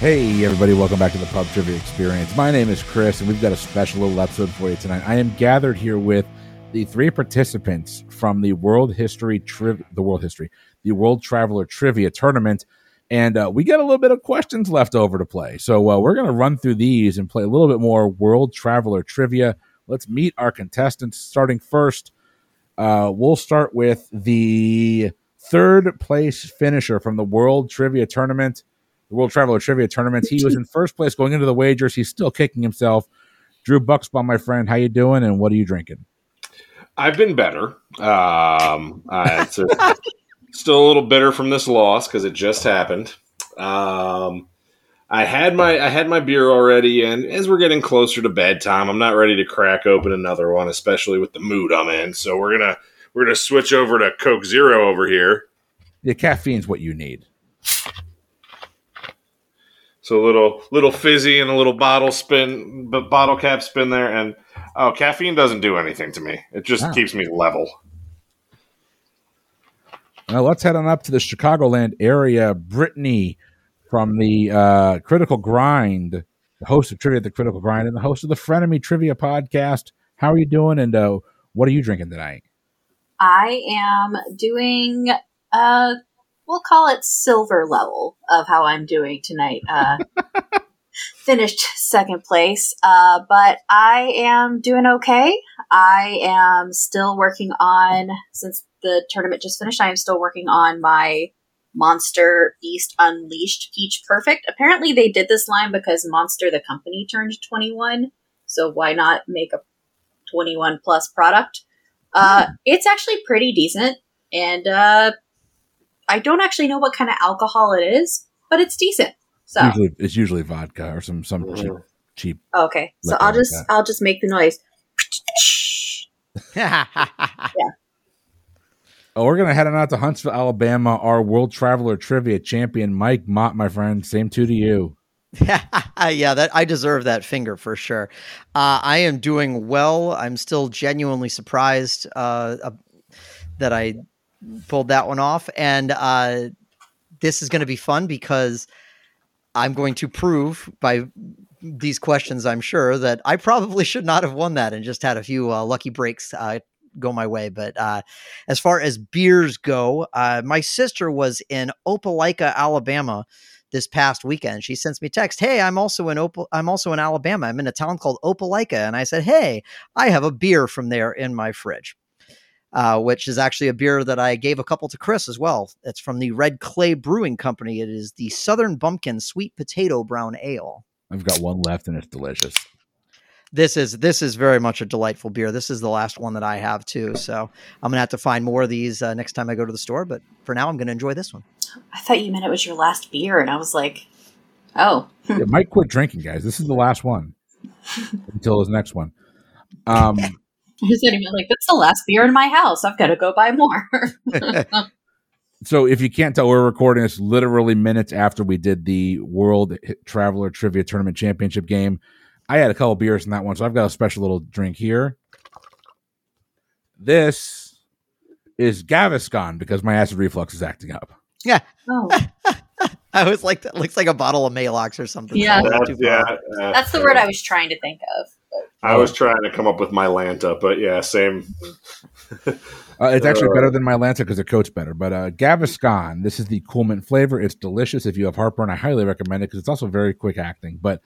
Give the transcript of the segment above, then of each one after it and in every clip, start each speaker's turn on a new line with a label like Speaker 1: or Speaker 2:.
Speaker 1: Hey, everybody, welcome back to the Pub Trivia Experience. My name is Chris, and we've got a special little episode for you tonight. I am gathered here with the three participants from the World History Triv, the World History, the World Traveler Trivia Tournament, and uh, we got a little bit of questions left over to play. So uh, we're going to run through these and play a little bit more World Traveler Trivia. Let's meet our contestants. Starting first, uh, we'll start with the third place finisher from the World Trivia Tournament the World Traveler Trivia Tournament. He was in first place going into the wagers. He's still kicking himself. Drew Bucksbaum, my friend, how you doing? And what are you drinking?
Speaker 2: I've been better. Um, uh, it's a- still a little bitter from this loss because it just happened. Um, I had my I had my beer already, and as we're getting closer to bedtime, I'm not ready to crack open another one, especially with the mood I'm in. So we're gonna we're gonna switch over to Coke Zero over here.
Speaker 1: The caffeine's what you need.
Speaker 2: So a little little fizzy and a little bottle spin, but bottle cap spin there, and oh, caffeine doesn't do anything to me. It just
Speaker 1: Wow.
Speaker 2: keeps me level.
Speaker 1: Now let's head on up to the Chicagoland area. Brittany from the uh, Critical Grind, the host of Trivia at the Critical Grind, and the host of the Frenemy Trivia podcast. How are you doing? And uh, what are you drinking tonight?
Speaker 3: I am doing uh we'll call it silver level of how I'm doing tonight. Uh finished second place. Uh but I am doing okay. I am still working on since the tournament just finished, I am still working on my Monster Beast Unleashed Peach Perfect. Apparently they did this line because Monster the company turned 21, so why not make a 21 plus product? Uh, it's actually pretty decent, and uh, I don't actually know what kind of alcohol it is, but it's decent. So
Speaker 1: Usually, it's usually vodka or some some cheap cheap.
Speaker 3: Oh, okay, so
Speaker 1: Liquor
Speaker 3: I'll
Speaker 1: like
Speaker 3: just
Speaker 1: that.
Speaker 3: I'll just make the noise.
Speaker 1: Oh, we're gonna head on out to Huntsville, Alabama. Our World Traveler Trivia champion, Mike Mott, my friend. Same two to you.
Speaker 4: yeah, that I deserve that finger for sure. Uh, I am doing well. I'm still genuinely surprised uh, uh, that I pulled that one off, and uh, this is going to be fun because I'm going to prove by these questions, I'm sure, that I probably should not have won that and just had a few uh, lucky breaks uh, go my way. But uh, as far as beers go, uh, my sister was in Opelika, Alabama this past weekend. She sends me text, "Hey, I'm also in Opel. I'm also in Alabama. I'm in a town called Opelika." And I said, "Hey, I have a beer from there in my fridge." Uh, which is actually a beer that I gave a couple to Chris as well. It's from the Red Clay Brewing Company. It is the Southern Bumpkin Sweet Potato Brown Ale.
Speaker 1: I've got one left, and it's delicious.
Speaker 4: This is this is very much a delightful beer. This is the last one that I have too, so I'm gonna have to find more of these uh, next time I go to the store. But for now, I'm gonna enjoy this one.
Speaker 3: I thought you meant it was your last beer, and I was like, oh,
Speaker 1: Yeah, Mike quit drinking, guys. This is the last one until his next one. Um,
Speaker 3: I was sitting there like that's the last beer in my house. I've got to go buy more.
Speaker 1: so if you can't tell, we're recording this literally minutes after we did the World Traveler Trivia Tournament Championship game. I had a couple beers in that one, so I've got a special little drink here. This is Gaviscon because my acid reflux is acting up.
Speaker 3: oh,
Speaker 4: I was like, that looks like a bottle of Malox or something.
Speaker 3: Yeah.
Speaker 4: So
Speaker 2: That's,
Speaker 4: too
Speaker 2: yeah,
Speaker 4: far.
Speaker 2: uh,
Speaker 3: that's the word I was trying to think of.
Speaker 2: I was trying to come up with my Lanta, but yeah, same.
Speaker 1: Uh, it's actually
Speaker 2: Uh,
Speaker 1: better than my Lancer because it coats better. But uh, Gaviscon, this is the cool mint flavor. It's delicious. If you have heartburn, I highly recommend it because it's also very quick acting. But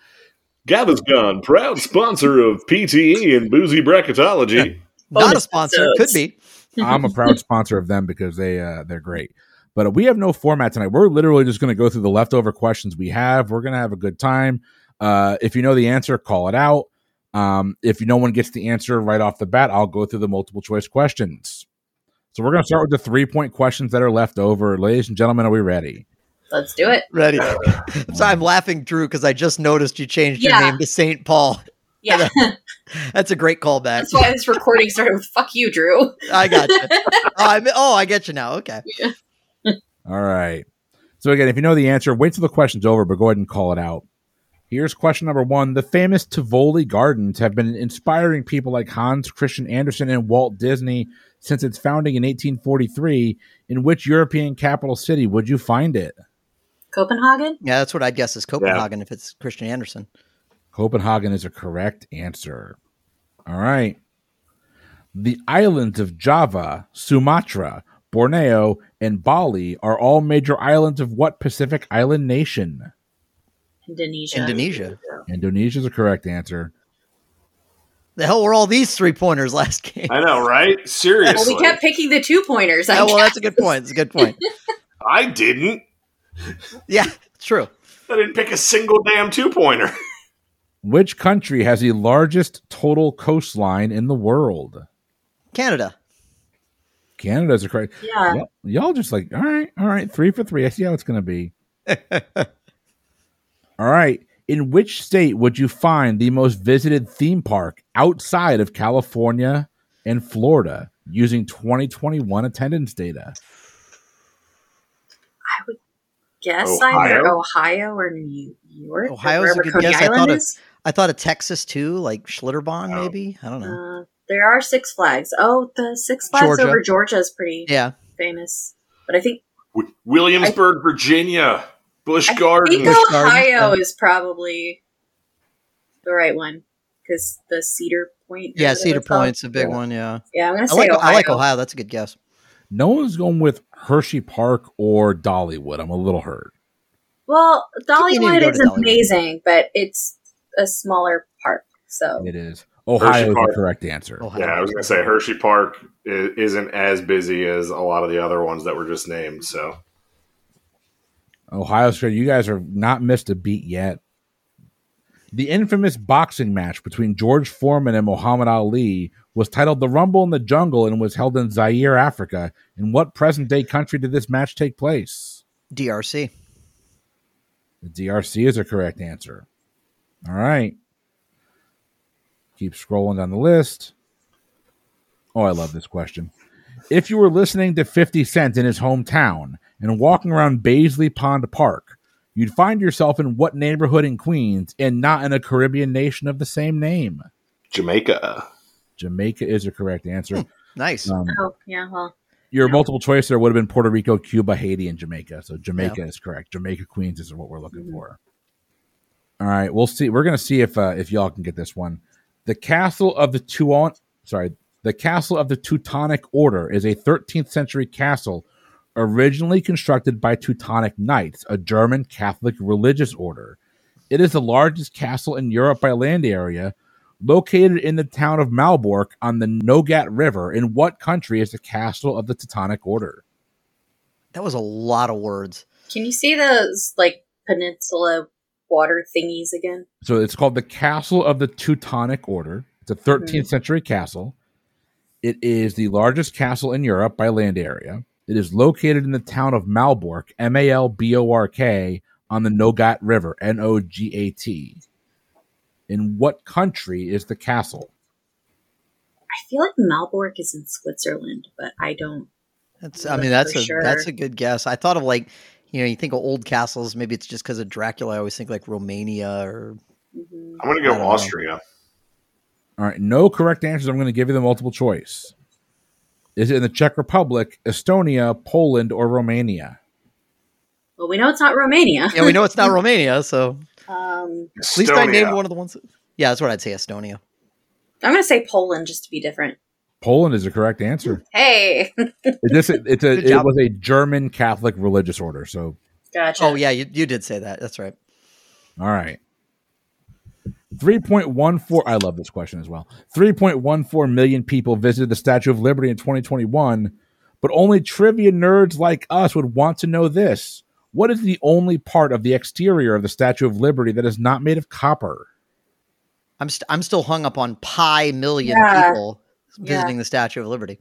Speaker 2: Gabba's Gone, proud sponsor of PTE and Boozy Bracketology.
Speaker 4: Not a
Speaker 3: Bonus
Speaker 4: sponsor, could
Speaker 3: Oh, episodes.
Speaker 4: be.
Speaker 1: I'm a proud sponsor of them because they uh, they're great. But uh, we have no format tonight. We're literally just going to go through the leftover questions we have. We're going to have a good time. Uh, if you know the answer, call it out. Um, if no one gets the answer right off the bat, I'll go through the multiple choice questions. So we're going to start with the three point questions that are left over. Ladies and gentlemen, are we ready?
Speaker 3: Let's do it.
Speaker 4: Ready. so I'm laughing, Drew, because I just noticed you changed
Speaker 3: Yeah.
Speaker 4: your name to St. Paul.
Speaker 3: Yeah,
Speaker 4: That's a great callback.
Speaker 3: that's why this recording started with "fuck you, Drew."
Speaker 4: I got you. oh, I, oh, I get you now. Okay.
Speaker 1: All right. So again, if you know the answer, wait till the question's over, but go ahead and call it out. Here's question number one. The famous Tivoli Gardens have been inspiring people like Hans Christian Andersen and Walt Disney since its founding in 1843. In which European capital city would you find it?
Speaker 3: Copenhagen?
Speaker 4: Yeah, that's what I'd guess is Copenhagen if it's Christian Anderson.
Speaker 1: Copenhagen is a correct answer. All right. The islands of Java, Sumatra, Borneo, and Bali are all major islands of what Pacific island nation?
Speaker 3: Indonesia.
Speaker 4: Indonesia.
Speaker 1: Indonesia is a correct answer.
Speaker 4: The hell were all these three pointers last game?
Speaker 2: I know, right?
Speaker 3: Well,
Speaker 2: Seriously,
Speaker 3: we kept picking the two pointers. I
Speaker 4: Oh, well,
Speaker 3: guess.
Speaker 4: that's a good point. That's a good point.
Speaker 2: I didn't.
Speaker 4: Yeah, it's true.
Speaker 2: I didn't pick a single damn two pointer.
Speaker 1: Which country has the largest total coastline in the world?
Speaker 4: Canada.
Speaker 1: Canada is a correct.
Speaker 3: yeah.
Speaker 1: Y'all- Y'all just like, all right, all right, three for three. I see how it's going to be. all right. In which state would you find the most visited theme park outside of California and Florida using 2021 attendance data?
Speaker 3: Guess
Speaker 2: Ohio?
Speaker 3: either Ohio or New York. or
Speaker 4: Ohio's a
Speaker 3: wherever
Speaker 4: good
Speaker 3: Coney
Speaker 4: guess. I thought
Speaker 3: Island
Speaker 4: it-
Speaker 3: is.
Speaker 4: I thought of Texas too, like Schlitterbahn,
Speaker 2: Oh.
Speaker 4: maybe. I don't know.
Speaker 3: Uh, there are Six Flags. Oh, the Six Flags
Speaker 4: Georgia.
Speaker 3: over Georgia is pretty
Speaker 4: yeah.
Speaker 3: famous. But I think
Speaker 2: Wi- Williamsburg, Virginia, Bush
Speaker 3: I
Speaker 2: Gardens.
Speaker 3: think
Speaker 4: Busch Gardens,
Speaker 3: Ohio
Speaker 4: yeah.
Speaker 3: is probably the right one because the Cedar Point. is
Speaker 4: Yeah,
Speaker 3: what
Speaker 4: Cedar
Speaker 3: it's called.
Speaker 4: Point's a big
Speaker 1: Yeah.
Speaker 4: one. Yeah,
Speaker 3: Yeah, I'm gonna
Speaker 4: I
Speaker 3: say
Speaker 4: like
Speaker 3: Ohio.
Speaker 4: I like Ohio. That's a good guess.
Speaker 1: No one's going with Hershey Park or Dollywood. I'm a little hurt.
Speaker 3: Well,
Speaker 4: we need to
Speaker 3: Dollywood
Speaker 4: go
Speaker 3: is
Speaker 4: to Dollywood.
Speaker 3: amazing, but it's a smaller park. So
Speaker 1: It is. Ohio is
Speaker 2: Park.
Speaker 1: the correct answer.
Speaker 4: Ohio.
Speaker 2: Yeah, I was gonna say Hershey Park i- isn't as busy as a lot of the other ones that were just named. So
Speaker 1: Ohio State, you guys are not missed a beat yet. The infamous boxing match between George Foreman and Muhammad Ali was titled The Rumble in the Jungle and was held in Zaire, Africa. In what present day country did this match take place?
Speaker 4: DRC.
Speaker 1: The DRC is a correct answer. All right. Keep scrolling down the list. Oh, I love this question. If you were listening to 50 Cent in his hometown and walking around Baisley Pond Park, you'd find yourself in what neighborhood in Queens and not in a Caribbean nation of the same name?
Speaker 2: Jamaica.
Speaker 1: Jamaica is a correct answer.
Speaker 4: Nice.
Speaker 1: Um,
Speaker 3: oh yeah, well
Speaker 1: your multiple choice there would have been Puerto Rico, Cuba, Haiti, and Jamaica. So Jamaica is correct. Jamaica Queens is what we're looking for. All right, we'll see. We're gonna see if uh, if y'all can get this one. The castle of the Tuon, sorry, the castle of the Teutonic Order is a 13th century castle originally constructed by Teutonic Knights, a German Catholic religious order. It is the largest castle in Europe by land area. Located in the town of Malbork on the Nogat River, in what country is the castle of the Teutonic Order?
Speaker 4: That was a lot of words.
Speaker 3: can you see those like peninsula water thingies again?
Speaker 1: So it's called the Castle of the Teutonic Order. It's a 13th century castle. It is the largest castle in Europe by land area. It is located in the town of Malbork, M A L B O R K, on the Nogat River, N O G A T. In what country is the castle?
Speaker 3: I feel like Malbork is in Switzerland, but I don't
Speaker 4: That's. I
Speaker 3: That's
Speaker 4: mean, that's
Speaker 3: for
Speaker 4: a
Speaker 3: sure.
Speaker 4: that's a good guess. I thought of like, you know, you think of old castles. Maybe it's just because of Dracula. I always think like Romania or
Speaker 3: mhm.
Speaker 2: I'm gonna
Speaker 4: I
Speaker 2: go
Speaker 4: don't know.
Speaker 2: Austria.
Speaker 1: All right, no correct answers. I'm going to give you the multiple choice. Is it in the Czech Republic, Estonia, Poland, or Romania?
Speaker 3: Well, we know it's not Romania.
Speaker 4: yeah, we know it's not Romania. So
Speaker 3: Um,
Speaker 4: at least I named
Speaker 2: Estonia.
Speaker 4: one of the ones. Yeah, that's what I'd say. Estonia.
Speaker 3: I'm gonna say Poland just to be different.
Speaker 1: Poland is the correct answer.
Speaker 3: Hey,
Speaker 1: It just it's
Speaker 4: Good
Speaker 1: a it
Speaker 4: job.
Speaker 1: was a German Catholic religious order. So
Speaker 3: gotcha.
Speaker 4: Oh yeah, you, you did say that. That's right.
Speaker 1: all right. 3.14 I love this question as well. 3.14 million people visited the Statue of Liberty in 2021, but only trivia nerds like us would want to know this. What is the only part of the exterior of the Statue of Liberty that is not made of copper?
Speaker 4: I'm st- I'm still hung up on pi million
Speaker 3: Yeah.
Speaker 4: people visiting the Statue of Liberty.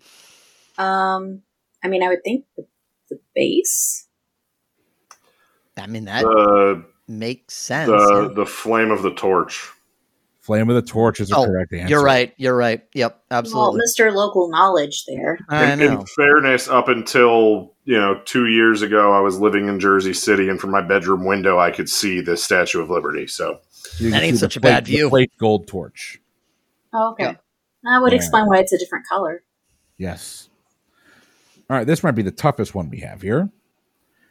Speaker 3: Um, I mean, I would think the, the base.
Speaker 4: I mean, that
Speaker 2: The
Speaker 4: makes sense. yeah.
Speaker 2: the the flame of the torch.
Speaker 1: Flame of the torch is the
Speaker 4: Oh,
Speaker 1: correct answer.
Speaker 4: You're right. You're right. Yep. Absolutely.
Speaker 3: Well, Mr. Local Knowledge there.
Speaker 4: I
Speaker 2: In, in
Speaker 4: know.
Speaker 2: fairness, up until you know two years ago, I was living in Jersey City, and from my bedroom window, I could see the Statue of Liberty. So
Speaker 1: You
Speaker 4: That
Speaker 1: can
Speaker 4: ain't
Speaker 1: see the
Speaker 4: such a
Speaker 1: plate-
Speaker 4: bad
Speaker 1: the
Speaker 4: view.
Speaker 1: Plate gold torch.
Speaker 3: Oh, okay.
Speaker 4: Yeah.
Speaker 3: That would
Speaker 1: Yeah.
Speaker 3: explain why it's a different color.
Speaker 1: Yes. All right, this might be the toughest one we have here.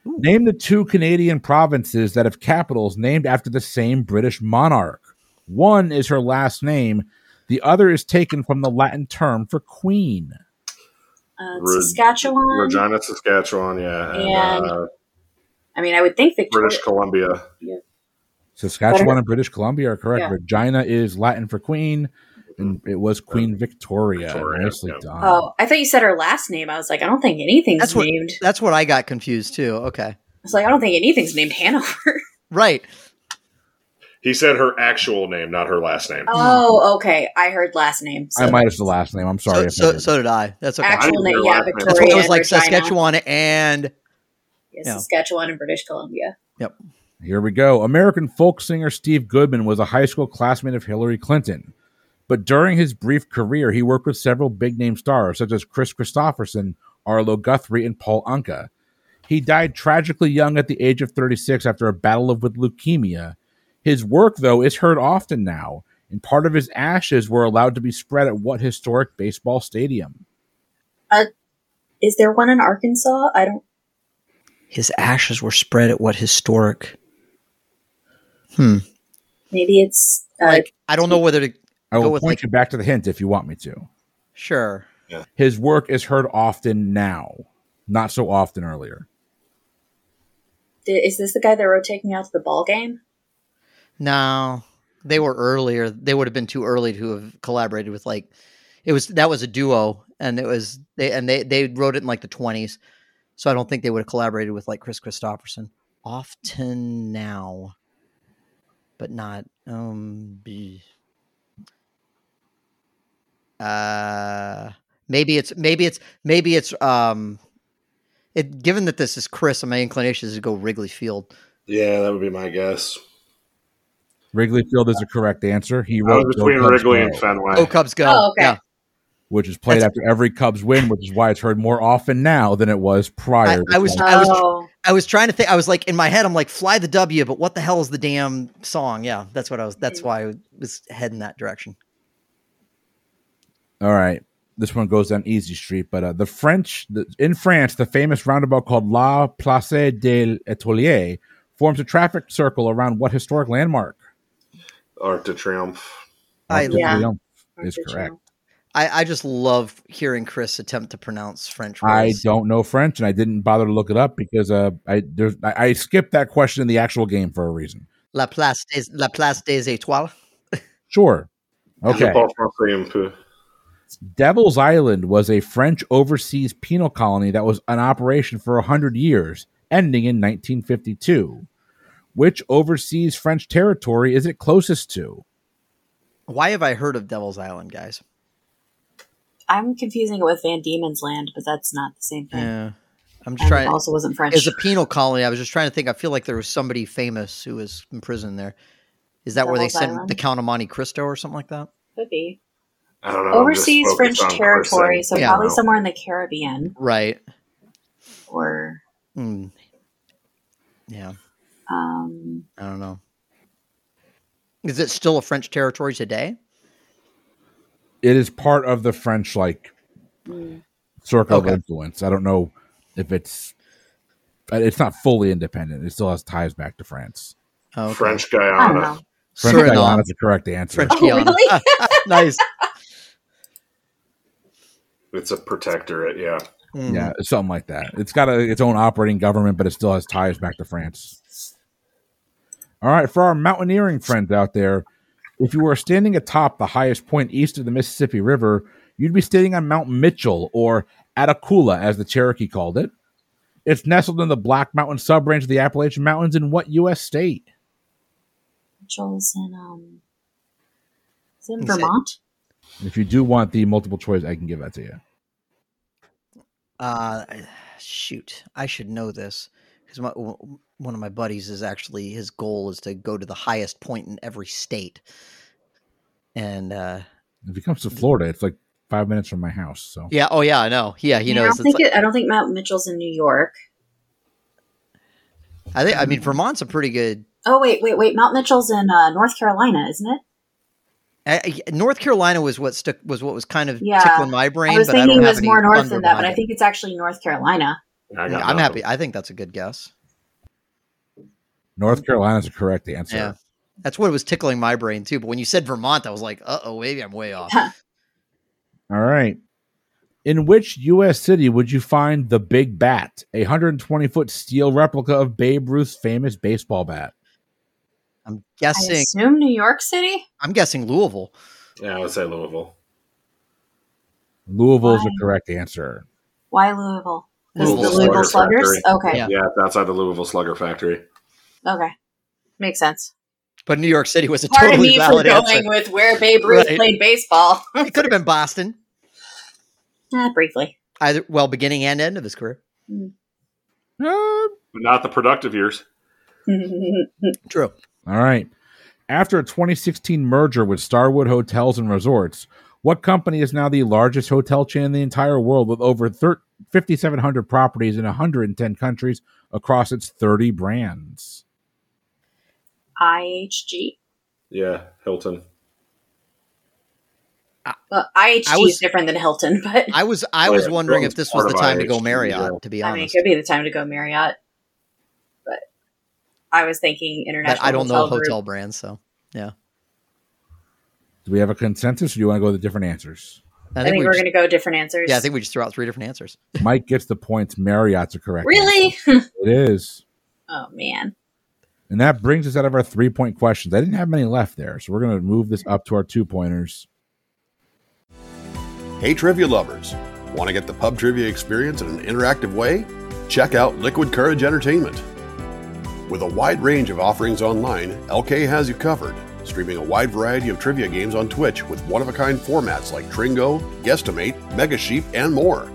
Speaker 1: Name the two Canadian provinces that have capitals named after the same British monarch. One is her last name, the other is taken from the Latin term for queen.
Speaker 3: Uh,
Speaker 2: Re-
Speaker 3: Saskatchewan.
Speaker 2: Regina, Saskatchewan, yeah, and,
Speaker 3: And-
Speaker 2: uh,
Speaker 3: I mean, I would think Victoria.
Speaker 2: British Columbia.
Speaker 1: Saskatchewan
Speaker 3: Better-
Speaker 1: and British Columbia are correct.
Speaker 3: Yeah.
Speaker 1: Regina is Latin for queen, and it was Queen Victoria.
Speaker 2: Uh, Victoria,
Speaker 1: Nicely
Speaker 2: yeah.
Speaker 1: done.
Speaker 3: Oh, I thought you said her last name. I was like, I don't think anything's
Speaker 4: That's what-
Speaker 3: named.
Speaker 4: That's what I got confused too. Okay.
Speaker 3: I was like, I don't think anything's named Hanover.
Speaker 4: Right.
Speaker 2: He said her actual name, not her last name.
Speaker 3: oh, okay. I heard last name. So.
Speaker 1: I might have said the last name. I'm sorry. if I
Speaker 4: So, so,
Speaker 1: did.
Speaker 4: so did I. That's okay.
Speaker 2: I
Speaker 3: Actual
Speaker 2: didn't
Speaker 3: name,
Speaker 2: hear
Speaker 3: yeah,
Speaker 2: last name.
Speaker 3: Victoria.
Speaker 4: That's what it was
Speaker 3: and
Speaker 4: like
Speaker 3: Regina.
Speaker 4: Saskatchewan and
Speaker 3: Yeah,
Speaker 4: Yeah.
Speaker 3: Saskatchewan and British Columbia.
Speaker 1: Here we go. American folk singer Steve Goodman was a high school classmate of Hillary Clinton. But during his brief career, he worked with several big name stars such as Chris Christopherson, Arlo Guthrie, and Paul Anka. He died tragically young at the age of 36 after a battle of with leukemia. His work, though, is heard often now, and part of his ashes were allowed to be spread at what historic baseball stadium?
Speaker 3: Is there one in Arkansas? I don't.
Speaker 4: his ashes were spread at what historic
Speaker 3: Maybe it's uh,
Speaker 4: like I don't know whether to
Speaker 1: I
Speaker 4: Go
Speaker 1: will
Speaker 4: with,
Speaker 1: point
Speaker 4: like-
Speaker 1: you back to the hint if you want me to.
Speaker 4: sure.
Speaker 1: His work is heard often now, not so often earlier.
Speaker 3: Di- Is this the guy that wrote taking out to the ball game?
Speaker 4: No. They were earlier. They would have been too early to have collaborated with like it was that was a duo and it was they and they they wrote it in like the 20s. So I don't think they would have collaborated with like Chris Christopherson often now. But not um be uh maybe it's maybe it's maybe it's um it given that this is Chris, my inclination is to go Wrigley Field.
Speaker 2: Yeah, that would be my guess.
Speaker 1: Wrigley Field is the correct answer. He
Speaker 2: I
Speaker 1: wrote
Speaker 2: was
Speaker 1: Go
Speaker 2: between
Speaker 1: Cubs
Speaker 2: Wrigley
Speaker 1: Go,
Speaker 2: and Fenway.
Speaker 4: Oh Cubs go.
Speaker 3: Oh, okay.
Speaker 4: Yeah.
Speaker 1: which is played
Speaker 4: That's-
Speaker 1: after every Cubs win, which is why it's heard more often now than it was prior.
Speaker 4: I was-
Speaker 1: to-
Speaker 4: I
Speaker 3: oh,
Speaker 4: I was trying to think. I was like in my head. I'm like, fly the W, but what the hell is the damn song? Yeah, that's what I was.
Speaker 3: Mm.
Speaker 4: That's why I was heading that direction.
Speaker 1: All right, this one goes down easy street, but uh, the French the, in France, the famous roundabout called La Place de l'Étoile forms a traffic circle around what historic landmark?
Speaker 2: Arc de Triomphe.
Speaker 4: I
Speaker 1: Arc de
Speaker 3: Yeah.
Speaker 1: Triomphe is
Speaker 3: Original.
Speaker 1: correct.
Speaker 4: I, I just love hearing Chris attempt to pronounce French
Speaker 1: I
Speaker 4: words.
Speaker 1: don't know French, and I didn't bother to look it up because uh, I there's I, I skipped that question in the actual game for a reason.
Speaker 4: La place des La place des étoiles.
Speaker 1: Sure. Okay.
Speaker 2: Je pense français un peu.
Speaker 1: Devil's Island was a French overseas penal colony that was in operation for 100 years, ending in 1952. Which overseas French territory is it closest to?
Speaker 4: Why have I heard of Devil's Island, guys?
Speaker 3: I'm confusing it with Van Diemen's Land, but that's not the same thing.
Speaker 4: Yeah, I'm
Speaker 3: And
Speaker 4: just
Speaker 3: it
Speaker 4: trying.
Speaker 3: also wasn't French.
Speaker 4: As a penal colony, I was just trying to think. I feel like there was somebody famous who was imprisoned there. Is that where they
Speaker 3: Devil's
Speaker 4: sent
Speaker 3: Island?
Speaker 4: the Count of Monte Cristo or something like that?
Speaker 3: Could be
Speaker 2: I don't know. I'm just
Speaker 3: overseas French
Speaker 2: focused on Chris
Speaker 3: territory,
Speaker 2: and-
Speaker 3: so
Speaker 4: Yeah.
Speaker 3: probably somewhere in the Caribbean
Speaker 4: Right.
Speaker 3: or
Speaker 4: Mm. Yeah.
Speaker 3: um,
Speaker 4: I don't know. Is it still a French territory today?
Speaker 1: It is part of the French like
Speaker 3: mm,
Speaker 1: circle
Speaker 4: Okay.
Speaker 1: of influence. I don't know if it's it's not fully independent. It still has ties back to France.
Speaker 4: Oh, okay.
Speaker 2: French
Speaker 3: I don't know.
Speaker 2: Guyana.
Speaker 1: French
Speaker 4: Suriname.
Speaker 1: Guyana is the correct answer.
Speaker 4: French
Speaker 3: Oh,
Speaker 4: Guiana.
Speaker 3: really?
Speaker 4: nice.
Speaker 2: It's a protectorate, yeah.
Speaker 4: Mm.
Speaker 1: Yeah, something like that. It's got a, its own operating government, but it still has ties back to France. All right, for our mountaineering friends out there, if you were standing atop the highest point east of the Mississippi River, you'd be standing on Mount Mitchell or Atakula, as the Cherokee called it. It's nestled in the Black Mountain subrange of the Appalachian Mountains in what U.S. state?
Speaker 3: Mitchell's in um, is it in
Speaker 4: Is it-
Speaker 3: Vermont.
Speaker 1: And if you do want the multiple choice, I can give that to you.
Speaker 4: Uh, shoot, I should know this because my w- one of my buddies is actually his goal is to go to the highest point in every state, and uh,
Speaker 1: If it comes to Florida, it's like five minutes from my house. So
Speaker 4: yeah, oh yeah, I know, yeah, he
Speaker 3: I mean, I
Speaker 4: knows.
Speaker 3: don't
Speaker 4: It's
Speaker 3: think
Speaker 4: like-
Speaker 3: it, I don't think Mount Mitchell's in New York.
Speaker 4: I think I mean Vermont's a pretty good.
Speaker 3: Oh wait, wait, wait. Mount Mitchell's in uh, North Carolina, isn't it?
Speaker 4: I, I- North Carolina was what stuck was what was kind of
Speaker 3: Yeah.
Speaker 4: tickling my brain.
Speaker 3: I was
Speaker 4: but I
Speaker 3: thinking
Speaker 4: don't
Speaker 3: it
Speaker 4: have
Speaker 3: was
Speaker 4: any
Speaker 3: more north
Speaker 4: thunder
Speaker 3: than that, but
Speaker 4: behind
Speaker 3: I
Speaker 4: it.
Speaker 3: think it's actually North Carolina.
Speaker 2: I
Speaker 4: I'm
Speaker 2: got nothing.
Speaker 4: happy. I think that's a good guess.
Speaker 1: North Carolina's the correct answer.
Speaker 4: Yeah. That's what was tickling my brain too. But when you said Vermont, I was like, uh oh, maybe I'm way off.
Speaker 1: All right. In which U.S. city would you find the Big Bat, a 120 foot steel replica of Babe Ruth's famous baseball bat?
Speaker 4: I'm
Speaker 3: I
Speaker 4: guessing.
Speaker 3: assume New York City.
Speaker 4: I'm guessing Louisville.
Speaker 2: Yeah, I would say Louisville.
Speaker 1: Louisville's the correct answer.
Speaker 3: Why Louisville? 'Cause
Speaker 2: Louisville
Speaker 3: the Louisville
Speaker 2: Slugger
Speaker 3: Sluggers. Okay,
Speaker 4: Yeah.
Speaker 2: Yeah. it's outside the Louisville Slugger factory.
Speaker 3: okay, makes sense.
Speaker 4: But New York City was a
Speaker 3: Pardon
Speaker 4: totally
Speaker 3: me for
Speaker 4: valid
Speaker 3: going
Speaker 4: answer.
Speaker 3: with where Babe Ruth
Speaker 4: Right.
Speaker 3: played baseball.
Speaker 4: It could have been Boston,
Speaker 3: Ah, briefly.
Speaker 4: either well, beginning and end of his career.
Speaker 1: Uh, all
Speaker 2: But not the productive years.
Speaker 4: True.
Speaker 1: right. After a 2016 merger with Starwood Hotels and Resorts, what company is now the largest hotel chain in the entire world with over thir- 5,700 properties in 110 countries across its 30 brands?
Speaker 3: IHG.
Speaker 2: Yeah, Hilton.
Speaker 3: Well, IHG
Speaker 4: I was-
Speaker 3: is different than Hilton, but
Speaker 4: I was I
Speaker 2: Oh,
Speaker 4: was
Speaker 2: yeah,
Speaker 4: wondering
Speaker 2: Portland's
Speaker 4: if this was
Speaker 2: part
Speaker 4: the
Speaker 2: of
Speaker 4: time to
Speaker 2: IHG,
Speaker 4: go
Speaker 2: yeah.
Speaker 4: Marriott, to be
Speaker 3: I mean, it
Speaker 4: honest.
Speaker 3: could be the time to go Marriott. But I was thinking
Speaker 4: But
Speaker 3: international.
Speaker 4: I don't know
Speaker 3: Group.
Speaker 4: hotel brands, so
Speaker 1: Do we have a consensus or do you want to go with the different answers?
Speaker 4: I
Speaker 3: I
Speaker 4: think,
Speaker 3: think,
Speaker 4: we
Speaker 3: we are
Speaker 4: just,
Speaker 3: going to go different answers.
Speaker 4: yeah, I think we just threw out three different answers.
Speaker 1: Mike gets the points. Marriott's a correct.
Speaker 3: really.
Speaker 1: answer. It is.
Speaker 3: oh man,
Speaker 1: And that brings us out of our three point questions. I didn't have many left there, so we're going to move this up to our two pointers.
Speaker 5: Hey, trivia lovers! Want to get the pub trivia experience in an interactive way? Check out Liquid Courage Entertainment. With a wide range of offerings online, LK has you covered, streaming a wide variety of trivia games on Twitch with one of a kind formats like Tringo, Guesstimate, Mega Sheep, and more.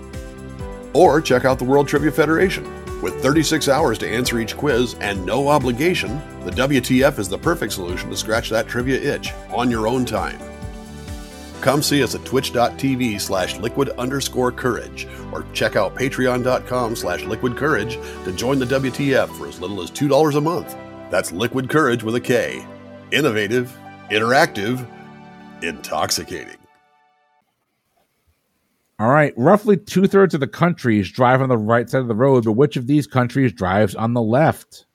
Speaker 5: Or check out the World Trivia Federation. With 36 hours to answer each quiz and no obligation, the WTF is the perfect solution to scratch that trivia itch on your own time. Come see us at twitch.tv slash liquid underscore courage or check out patreon.com slash liquid courage to join the WTF for as little as $2 a month. That's liquid courage with a K. Innovative, interactive, intoxicating.
Speaker 1: All right. Roughly two thirds of the countries drive on the right side of the road, but which of these countries drives on the left?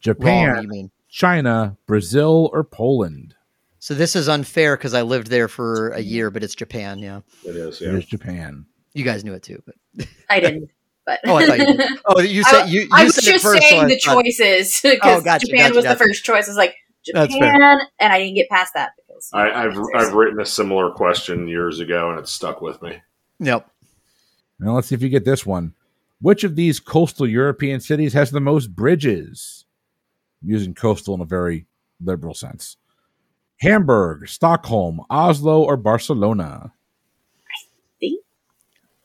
Speaker 1: Japan,
Speaker 4: Wrong, you mean?
Speaker 1: China, Brazil, or Poland?
Speaker 4: So this is unfair because I lived there for a year, but it's Japan. Yeah,
Speaker 2: It is,
Speaker 1: It is Japan.
Speaker 4: you guys knew it too. But
Speaker 3: I didn't. But
Speaker 4: oh, I thought you. Did. Oh, you
Speaker 3: I-
Speaker 4: said you. you
Speaker 3: I was
Speaker 4: said it
Speaker 3: just
Speaker 4: first, so
Speaker 3: saying
Speaker 4: I
Speaker 3: the
Speaker 4: thought-
Speaker 3: choices because
Speaker 4: Oh, gotcha,
Speaker 3: Japan
Speaker 4: gotcha,
Speaker 3: was
Speaker 4: gotcha.
Speaker 3: the first choice. I was like
Speaker 4: That's fair.
Speaker 3: Japan, and I didn't get past that because
Speaker 2: I, I've I've written a similar question years ago, and it stuck with me.
Speaker 4: Nope.
Speaker 1: Now let's see if you get this one. Which of these coastal European cities has the most bridges? I'm using coastal in a very liberal sense. Hamburg, Stockholm, Oslo, or Barcelona?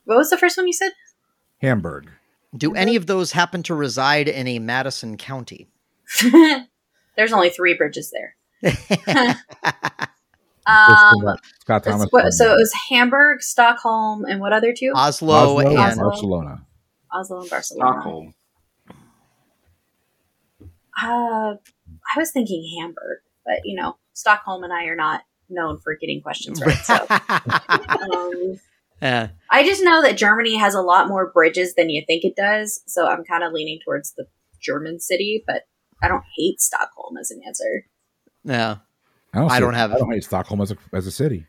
Speaker 3: what was the first one you said?
Speaker 1: Hamburg.
Speaker 3: Mm-hmm.
Speaker 4: Do any of those happen to reside in a Madison County?
Speaker 3: There's only three bridges there.
Speaker 1: Let's go
Speaker 3: Um,
Speaker 1: back. Scott
Speaker 3: it's
Speaker 1: Thomas.
Speaker 3: what- so it was Hamburg, Stockholm, and what other
Speaker 4: Uh,
Speaker 3: two?
Speaker 4: Oslo, and
Speaker 3: Oslo.
Speaker 1: Barcelona.
Speaker 3: Oslo and Barcelona.
Speaker 2: Stockholm.
Speaker 3: Uh, I was thinking Hamburg, but you know, Stockholm and I are not known for getting questions right. So, um,
Speaker 4: Yeah.
Speaker 3: I just know that Germany has a lot more bridges than you think it does, so I'm kind of leaning towards the German city, but I don't hate Stockholm as an answer.
Speaker 4: yeah.
Speaker 1: don't,
Speaker 4: I
Speaker 1: see-
Speaker 4: don't have-
Speaker 1: I don't hate Stockholm as a, as a city.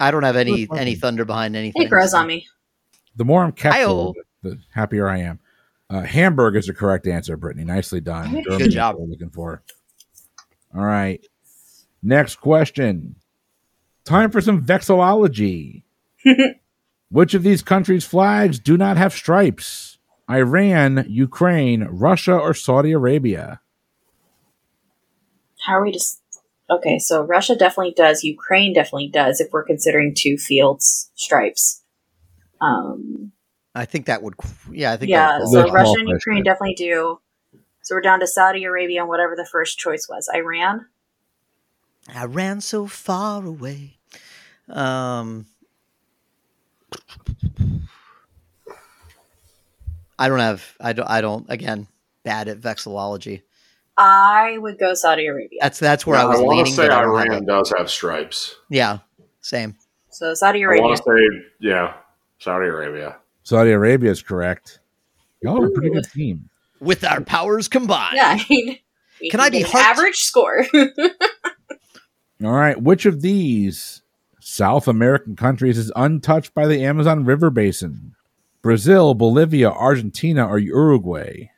Speaker 4: I don't have any
Speaker 1: Good
Speaker 4: any
Speaker 1: point.
Speaker 4: thunder behind anything.
Speaker 3: It grows on me.
Speaker 1: The more I'm kept,
Speaker 4: Hi-oh.
Speaker 1: the happier I am. Uh, Hamburg is the correct answer, Brittany. Nicely done.
Speaker 3: Good
Speaker 1: Germany is
Speaker 4: job.
Speaker 1: what We're looking for. All right. Next question. Time for some vexillology. Which of these countries' flags do not have stripes? Iran, Ukraine, Russia, or Saudi Arabia?
Speaker 3: How are we just okay? So Russia definitely does. Ukraine definitely does. If we're considering two fields stripes, um,
Speaker 4: I think that would. qu- Yeah, I think.
Speaker 3: yeah.
Speaker 4: That would
Speaker 3: So
Speaker 1: Those
Speaker 4: qualify.
Speaker 3: Russia
Speaker 1: qualify
Speaker 3: and Ukraine
Speaker 1: stripes.
Speaker 3: definitely do. So we're down to Saudi Arabia and whatever the first choice was. Iran.
Speaker 4: I ran so far away. Um, I don't have. I don't. I don't. Again, bad at vexillology.
Speaker 3: I would go Saudi Arabia.
Speaker 4: That's that's where I
Speaker 2: Now,
Speaker 4: was
Speaker 2: wanna
Speaker 4: leaning.
Speaker 2: say
Speaker 4: but I don't have
Speaker 2: Iran
Speaker 4: it.
Speaker 2: does have stripes.
Speaker 4: Yeah, same.
Speaker 3: So Saudi
Speaker 2: I
Speaker 3: Arabia.
Speaker 2: want to say, yeah, Saudi Arabia.
Speaker 1: Saudi Arabia is correct. Y'all are a pretty good team.
Speaker 4: with our powers combined.
Speaker 3: Yeah, I mean, we
Speaker 4: Can I be
Speaker 3: get an
Speaker 4: heart-
Speaker 3: average score?
Speaker 1: All right. Which of these South American countries is untouched by the Amazon River basin? Brazil, Bolivia, Argentina, or Uruguay?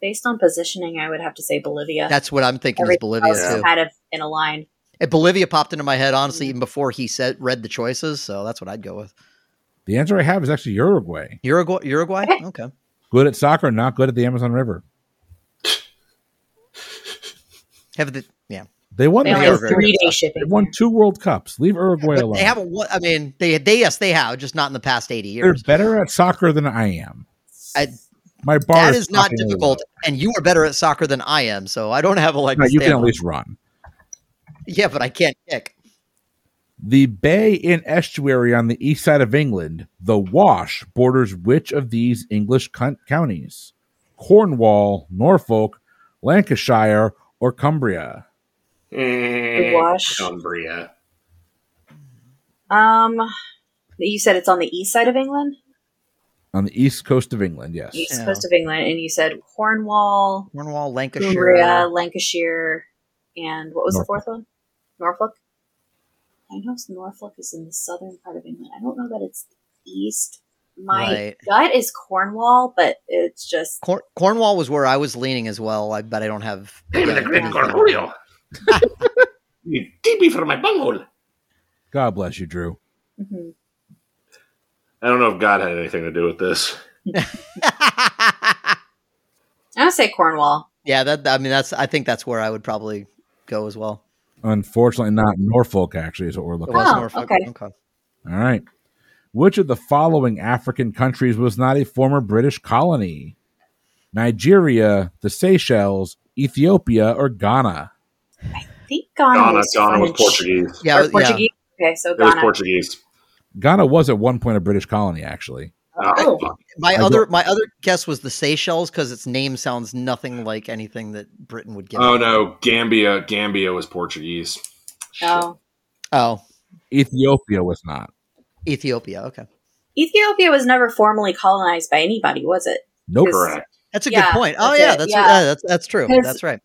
Speaker 3: Based on positioning, I would have to say Bolivia.
Speaker 4: That's what I'm thinking is
Speaker 3: Everything
Speaker 4: Bolivia
Speaker 3: else is
Speaker 4: too.
Speaker 3: kind of in a line.
Speaker 4: And Bolivia popped into my head honestly even before he said read the choices, so that's what I'd go with.
Speaker 1: The answer I have is actually Uruguay.
Speaker 4: Uruguay, Uruguay. Okay.
Speaker 1: Good at soccer, not good at the Amazon River.
Speaker 4: Have the yeah.
Speaker 1: They won.
Speaker 3: They
Speaker 1: the
Speaker 3: only
Speaker 4: are
Speaker 1: World
Speaker 3: have
Speaker 4: very
Speaker 3: three
Speaker 4: good
Speaker 3: day
Speaker 4: stuff.
Speaker 1: They
Speaker 3: shipping.
Speaker 1: won two World Cups. Leave Uruguay
Speaker 4: But
Speaker 1: alone.
Speaker 4: they haven't. won- I mean, they they yes they have, just not in the past eighty
Speaker 1: They're
Speaker 4: years.
Speaker 1: better at soccer than I am.
Speaker 4: I-
Speaker 1: My bar
Speaker 4: That is not
Speaker 1: fucking low.
Speaker 4: difficult, and you are better at soccer than I am, so I don't have a like.
Speaker 1: No,
Speaker 4: to
Speaker 1: you can
Speaker 4: stand
Speaker 1: at
Speaker 4: on.
Speaker 1: least run.
Speaker 4: Yeah, but I can't kick.
Speaker 1: The bay and estuary on the east side of England, the Wash, borders which of these English con- counties? Cornwall, Norfolk, Lancashire, or Cumbria?
Speaker 2: Mm,
Speaker 3: wash.
Speaker 2: Cumbria.
Speaker 3: Um, you said it's on the east side of England,
Speaker 1: On the east coast of England, yes.
Speaker 3: east
Speaker 4: Yeah.
Speaker 3: coast of England, and you said Cornwall,
Speaker 4: Cornwall, Lancashire.
Speaker 3: Cumbria, Lancashire, and what was the fourth one? Norfolk. I know it's Norfolk is in the southern part of England. I don't know that it's east. My
Speaker 4: Right.
Speaker 3: gut is Cornwall, but it's just
Speaker 4: Cor- Cornwall was where I was leaning as well, I, but I don't have.
Speaker 2: Hey, the
Speaker 4: yeah,
Speaker 2: great
Speaker 4: anything.
Speaker 2: Cornelio. you dig me for my bunghole.
Speaker 1: God bless you, Drew.
Speaker 3: mhm.
Speaker 2: I don't know if God had anything to do with this.
Speaker 3: I would say Cornwall.
Speaker 4: yeah, that I mean that's I think that's where I would probably go as well.
Speaker 1: Unfortunately, not Norfolk, actually, is what we're
Speaker 4: It
Speaker 1: looking
Speaker 4: was
Speaker 1: for.
Speaker 3: Oh,
Speaker 4: Norfolk.
Speaker 3: okay.
Speaker 1: All right. Which of the following African countries was not a former British colony? Nigeria, the Seychelles, Ethiopia, or Ghana?
Speaker 3: I think Ghana.
Speaker 2: Ghana,
Speaker 3: was
Speaker 2: Ghana was
Speaker 3: French.
Speaker 2: Portuguese.
Speaker 4: Yeah,
Speaker 3: Or
Speaker 4: yeah.
Speaker 3: Portuguese. Okay, so
Speaker 2: It was
Speaker 3: Ghana.
Speaker 2: Portuguese.
Speaker 1: Ghana was at one point a British colony, actually.
Speaker 2: Oh,
Speaker 3: Oh.
Speaker 2: fuck.
Speaker 4: My
Speaker 1: I
Speaker 4: other my other guess was the Seychelles because its name sounds nothing like anything that Britain would give.
Speaker 2: oh
Speaker 4: it.
Speaker 2: no, Gambia. Gambia was Portuguese.
Speaker 3: No,
Speaker 4: Oh,
Speaker 1: Ethiopia was not.
Speaker 4: Ethiopia. Okay,
Speaker 3: Ethiopia was never formally colonized by anybody, was it?
Speaker 1: Nope.
Speaker 3: Yes.
Speaker 2: Correct.
Speaker 4: that's a
Speaker 3: Yeah,
Speaker 4: good point. Oh
Speaker 3: that's
Speaker 4: yeah,
Speaker 3: it,
Speaker 4: that's
Speaker 3: yeah.
Speaker 4: yeah, that's that's true.
Speaker 3: 'Cause-
Speaker 4: That's right.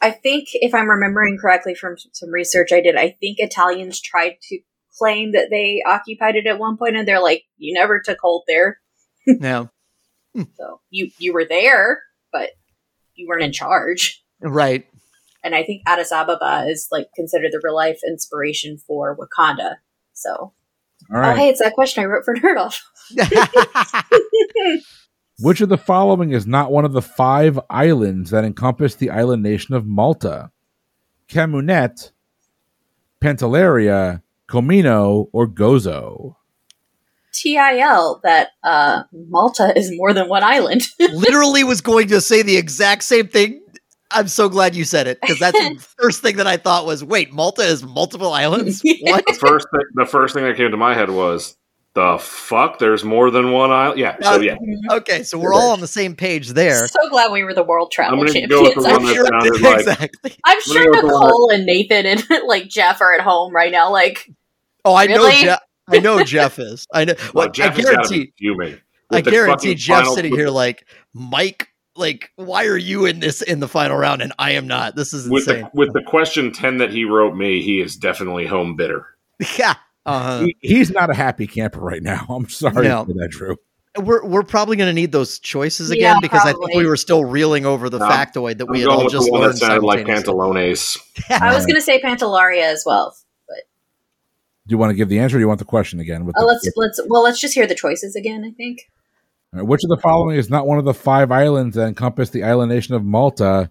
Speaker 3: I think, if I'm remembering correctly from s- some research I did, I think Italians tried to claim that they occupied it at one point, and they're like, "You never took hold there,
Speaker 4: No,
Speaker 3: so you you were there, but you weren't in charge."
Speaker 4: right.
Speaker 3: And I think Addis Ababa is like considered the real life inspiration for Wakanda. So,
Speaker 1: All
Speaker 3: oh
Speaker 1: right.
Speaker 3: hey, it's that question I wrote for Nerdoff.
Speaker 1: Which of the following is not one of the five islands that encompass the island nation of Malta? Camunet, Pantelleria, Comino, or Gozo?
Speaker 3: TIL that uh, Malta is more than one island.
Speaker 4: Literally was going to say the exact same thing. I'm so glad you said it because that's the first thing that I thought was wait, Malta is multiple islands. What?
Speaker 2: The first, thing, the first thing that came to my head was the fuck. There's more than one island. Yeah.
Speaker 4: Uh,
Speaker 2: So yeah,
Speaker 4: Okay, so we're all on the same page there.
Speaker 3: So glad we were the world travel
Speaker 2: I'm gonna
Speaker 3: champions.
Speaker 2: go with the
Speaker 3: I'm
Speaker 2: one that
Speaker 3: sure,
Speaker 2: sounded like-
Speaker 4: exactly.
Speaker 2: I'm
Speaker 3: I'm
Speaker 2: gonna
Speaker 3: sure
Speaker 2: go with the one
Speaker 3: Nicole and Nathan and like Jeff are at home right now. Like,
Speaker 4: Oh, I know
Speaker 3: Really?
Speaker 4: Jeff. I know Jeff is. I know.
Speaker 2: Well,
Speaker 4: Well,
Speaker 2: Jeff
Speaker 4: I
Speaker 2: has got to
Speaker 4: guarantee.
Speaker 2: be fuming.
Speaker 4: I
Speaker 2: with the
Speaker 4: guarantee
Speaker 2: fucking
Speaker 4: Jeff's
Speaker 2: final-
Speaker 4: sitting here like Mike. Like, why are you in this in the final round and I am not? This is
Speaker 2: with the
Speaker 4: insane.
Speaker 2: with the question ten that he wrote me. He is definitely home bitter.
Speaker 4: yeah. Uh-huh.
Speaker 1: He- He's not a happy camper right now. I'm sorry
Speaker 4: No.
Speaker 1: for that, Drew.
Speaker 4: We're we're probably going to need those choices
Speaker 3: Yeah,
Speaker 4: again because I think
Speaker 3: probably.
Speaker 4: we were still reeling over the
Speaker 2: No,
Speaker 4: factoid that
Speaker 2: I'm
Speaker 4: we had
Speaker 2: going
Speaker 4: all
Speaker 2: with
Speaker 4: just
Speaker 2: the one that
Speaker 4: learned.
Speaker 2: sounded like
Speaker 4: simultaneously.
Speaker 2: pantalones.
Speaker 3: I was
Speaker 1: Uh,
Speaker 3: gonna say Pantellaria as well.
Speaker 1: Do you want to give the answer? or Do you want the question again? With
Speaker 3: Uh,
Speaker 1: the-
Speaker 3: let's let's well, let's just hear the choices again. I think
Speaker 1: All right, Which of the following is not one of the five islands that encompass the island nation of Malta?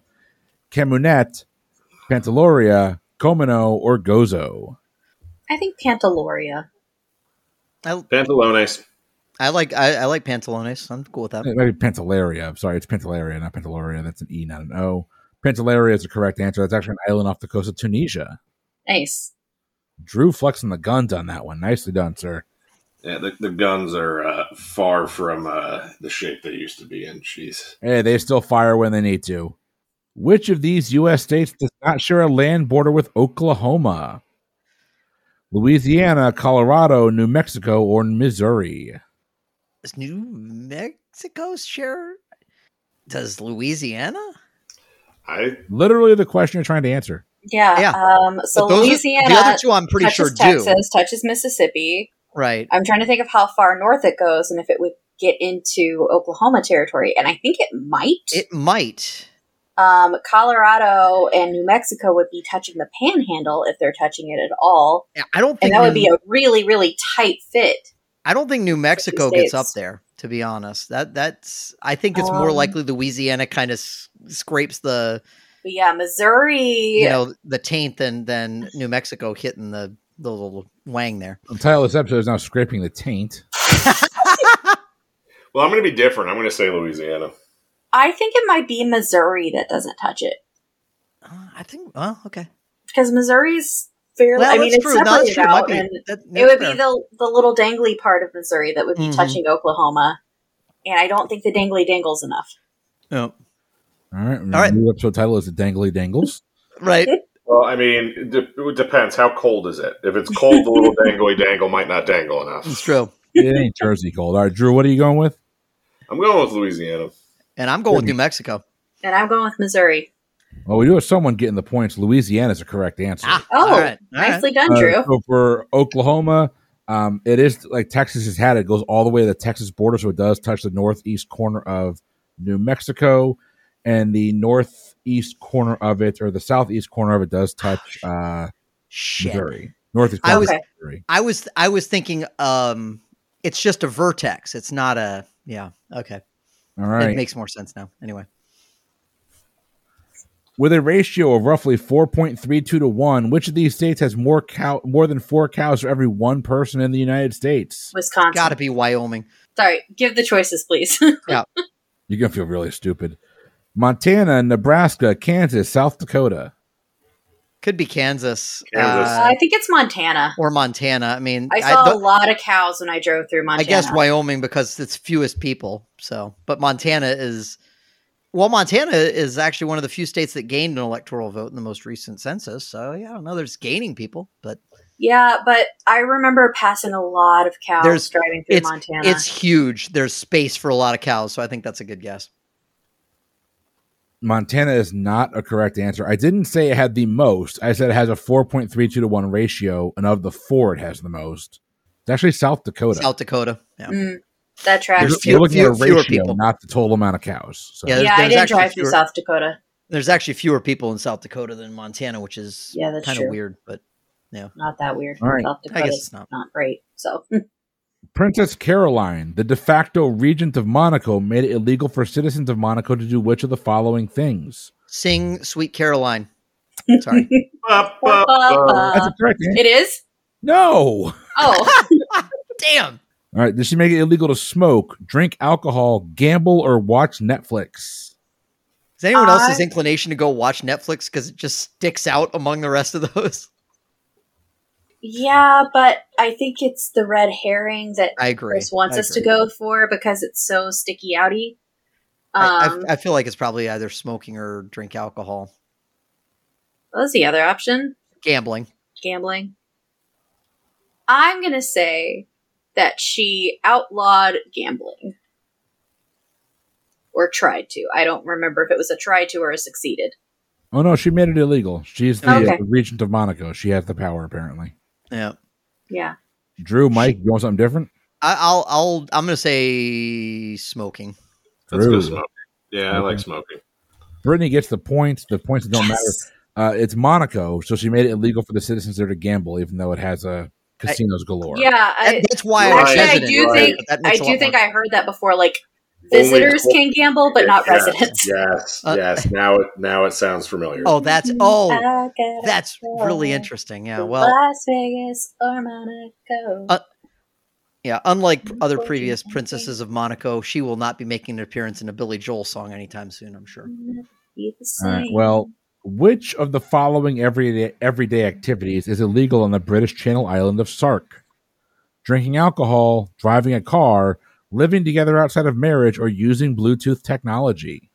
Speaker 1: Camunet, Pantelloria, Comino, or Gozo?
Speaker 3: I think Pantellaria.
Speaker 2: Pantalones.
Speaker 4: I like I, I like pantalones. I'm cool with that.
Speaker 1: It might be Pantelleria. I'm sorry, it's Pantelleria, not Pantelloria. That's an E, not an O. Pantelleria is the correct answer. That's actually an island off the coast of Tunisia.
Speaker 3: Nice.
Speaker 1: Drew flexing the guns on that one. Nicely done, sir.
Speaker 2: Yeah, the, the guns are uh, far from uh, the shape they used to be in. Jeez.
Speaker 1: Hey, they still fire when they need to. Which of these U.S. states does not share a land border with Oklahoma? Louisiana, Colorado, New Mexico, or Missouri?
Speaker 4: Does New Mexico share? Does Louisiana?
Speaker 2: I
Speaker 1: Literally the question you're trying to answer.
Speaker 3: Yeah.
Speaker 4: Yeah.
Speaker 3: Um, so
Speaker 4: But those are-
Speaker 3: Louisiana
Speaker 4: the other two, I'm pretty
Speaker 3: touches
Speaker 4: sure do.
Speaker 3: Texas, touches Mississippi.
Speaker 4: Right.
Speaker 3: I'm trying to think of how far north it goes and if it would get into Oklahoma territory, and I think it might.
Speaker 4: It might.
Speaker 3: um, Colorado and New Mexico would be touching the Panhandle if they're touching it at all,
Speaker 4: Yeah, I don't
Speaker 3: and
Speaker 4: think
Speaker 3: that would be
Speaker 4: New-
Speaker 3: a really, really tight fit.
Speaker 4: I don't think New Mexico gets up
Speaker 3: states.
Speaker 4: there. To be honest, that that's I think it's more
Speaker 3: Um,
Speaker 4: likely Louisiana kind of s- scrapes the
Speaker 3: But yeah, Missouri.
Speaker 4: you know the taint than than New Mexico hitting the the little wang there.
Speaker 1: The title of this episode is now scraping the taint.
Speaker 2: well, I'm going to be different. I'm going to say Louisiana.
Speaker 3: I think it might be Missouri that doesn't touch it
Speaker 4: Uh, I think. Well, okay.
Speaker 3: because Missouri's fairly.
Speaker 4: Well,
Speaker 3: I mean,
Speaker 4: that's
Speaker 3: it's
Speaker 4: true. No, that's
Speaker 3: separated
Speaker 4: true. It might
Speaker 3: out,
Speaker 4: be.
Speaker 3: and
Speaker 4: That-
Speaker 3: it
Speaker 4: that's
Speaker 3: would
Speaker 4: fair.
Speaker 3: be the the little dangly part of Missouri that would be
Speaker 4: Mhm.
Speaker 3: touching Oklahoma, and I don't think the dangly dangles enough.
Speaker 4: Oh,
Speaker 1: All right. All
Speaker 4: right.
Speaker 1: New episode title is the Dangly Dangles.
Speaker 4: right.
Speaker 2: Well, I mean, it, de- it depends. How cold is it? If it's cold, the little dangly dangle might not dangle enough.
Speaker 4: It's true.
Speaker 1: it ain't Jersey cold. All right, Drew, what are you going with?
Speaker 2: I'm going with Louisiana.
Speaker 4: And I'm going with New Mexico.
Speaker 3: And I'm going with Missouri.
Speaker 1: Well, we do have someone getting the points. Louisiana's a correct answer.
Speaker 4: Ah,
Speaker 3: Oh,
Speaker 4: all right. All right.
Speaker 3: Nicely done,
Speaker 1: Uh,
Speaker 3: Drew.
Speaker 1: so for Oklahoma, um, it is like Texas has had it goes all the way to the Texas border, so it does touch the northeast corner of New Mexico, and the northeast corner of it or the southeast corner of it does touch uh,
Speaker 4: Oh, Shit.
Speaker 1: Missouri. Northeast
Speaker 4: I
Speaker 1: corner
Speaker 4: was-
Speaker 1: of Missouri.
Speaker 4: I was I was thinking um it's just a vertex. It's not a yeah, okay.
Speaker 1: All
Speaker 4: It
Speaker 1: right,
Speaker 4: makes more sense now. Anyway.
Speaker 1: with a ratio of roughly four point three two to one. Which of these states has more cow more than four cows for every one person in the United States?
Speaker 3: Wisconsin.
Speaker 4: Gotta be Wyoming.
Speaker 3: Sorry, give the choices, please.
Speaker 4: Uh,
Speaker 1: You're gonna feel really stupid. Montana, Nebraska, Kansas, South Dakota.
Speaker 4: Could be Kansas.
Speaker 2: Kansas.
Speaker 4: uh,
Speaker 3: I think it's Montana.
Speaker 4: or Montana. I mean
Speaker 3: I
Speaker 4: I,
Speaker 3: saw a
Speaker 4: th-
Speaker 3: lot of cows when I drove through
Speaker 4: I
Speaker 3: Montana.
Speaker 4: guess Wyoming because it's fewest people. So but Montana is well, Montana is actually one of the few states that gained an electoral vote in the most recent census. So yeah, I don't know. There's gaining people, but
Speaker 3: Yeah, but I remember passing a lot of cows
Speaker 4: There's-
Speaker 3: driving through Montana.
Speaker 4: it's huge. There's space for a lot of cows, so I think that's a good guess.
Speaker 1: Montana is not a correct answer. I didn't say it had the most. I said it has a 4.32 to 1 ratio, and of the four, it has the most. It's actually South Dakota.
Speaker 4: South Dakota. Yeah.
Speaker 3: Mm, that
Speaker 1: You're-
Speaker 3: tracks.
Speaker 4: There's-
Speaker 1: you're
Speaker 4: fewer-
Speaker 1: looking at a
Speaker 4: fewer- fewer
Speaker 1: ratio,
Speaker 4: people.
Speaker 1: not the total amount of cows. So
Speaker 4: Yeah,
Speaker 3: yeah, I
Speaker 4: there's
Speaker 3: didn't
Speaker 4: actually
Speaker 3: drive through
Speaker 4: fewer-
Speaker 3: South Dakota.
Speaker 4: There's actually fewer people in South Dakota than Montana, which is
Speaker 3: Yeah, that's
Speaker 4: kind of
Speaker 3: true.
Speaker 4: weird, but
Speaker 3: Not that weird.
Speaker 1: All right.
Speaker 3: South
Speaker 4: I guess
Speaker 3: Dakota's
Speaker 4: it's not.
Speaker 3: not great. So
Speaker 1: Princess Caroline, the de facto regent of Monaco, made it illegal for citizens of Monaco to do which of the following things?
Speaker 4: Sing Sweet Caroline. Sorry.
Speaker 2: Ba, ba, ba.
Speaker 4: Uh,
Speaker 1: That's a correct answer.
Speaker 3: it is.
Speaker 1: No.
Speaker 3: Oh,
Speaker 4: Damn.
Speaker 1: All right. Did she make it illegal to smoke, drink alcohol, gamble, or watch Netflix?
Speaker 4: Is anyone else's
Speaker 3: I-
Speaker 4: inclination to go watch Netflix because it just sticks out among the rest of those?
Speaker 3: yeah, but I think it's the red herring that
Speaker 4: I agree.
Speaker 3: Chris wants
Speaker 4: I
Speaker 3: us to
Speaker 4: agree.
Speaker 3: go for because it's so sticky outy.
Speaker 4: I,
Speaker 3: Um,
Speaker 4: I, I feel like it's probably either smoking or drink alcohol,
Speaker 3: what was the other option?
Speaker 4: gambling.
Speaker 3: gambling. I'm going to say that she outlawed gambling. Or tried to. I don't remember if it was a try to or a succeeded.
Speaker 1: Oh no, she made it illegal. She's the, uh,
Speaker 3: Okay.
Speaker 1: the regent of Monaco. She has the power, apparently.
Speaker 4: Yeah.
Speaker 3: Yeah.
Speaker 1: Drew, Mike, you want something different?
Speaker 4: I, I'll. I'll. I'm gonna say smoking.
Speaker 2: Let's
Speaker 1: Drew.
Speaker 2: go smoking. Yeah, I like smoking.
Speaker 1: Brittany gets the points. The points don't
Speaker 3: Yes.
Speaker 1: matter. Uh, it's Monaco, so she made it illegal for the citizens there to gamble, even though it has a casinos galore.
Speaker 3: Yeah. I,
Speaker 4: That- that's why
Speaker 2: Right.
Speaker 4: I was
Speaker 3: actually, I
Speaker 4: hesitant,
Speaker 3: do
Speaker 4: but
Speaker 3: think
Speaker 4: that
Speaker 3: I
Speaker 4: makes a
Speaker 3: do
Speaker 4: lot
Speaker 3: think
Speaker 4: more
Speaker 3: I heard that before. Like
Speaker 2: Only
Speaker 3: visitors
Speaker 2: tour-
Speaker 3: can gamble, but not
Speaker 2: Yes,
Speaker 3: residents.
Speaker 2: Yes,
Speaker 4: Uh,
Speaker 2: yes. Now it now it sounds familiar.
Speaker 4: Oh, that's oh,
Speaker 3: Mm, I gotta
Speaker 4: that's
Speaker 3: go
Speaker 4: really interesting. Yeah.
Speaker 3: to
Speaker 4: Well,
Speaker 3: Las Vegas or Monaco.
Speaker 4: Uh, yeah. Unlike pr- other
Speaker 3: Unfortunately,
Speaker 4: previous
Speaker 3: I think-
Speaker 4: princesses of Monaco, she will not be making an appearance in a Billy Joel song anytime soon. I'm sure.
Speaker 3: Be the
Speaker 1: All right,
Speaker 3: same.
Speaker 1: well, which of the following everyday everyday activities is illegal on the British Channel island of Sark? Drinking alcohol, driving a car, living together outside of marriage, or using Bluetooth technology.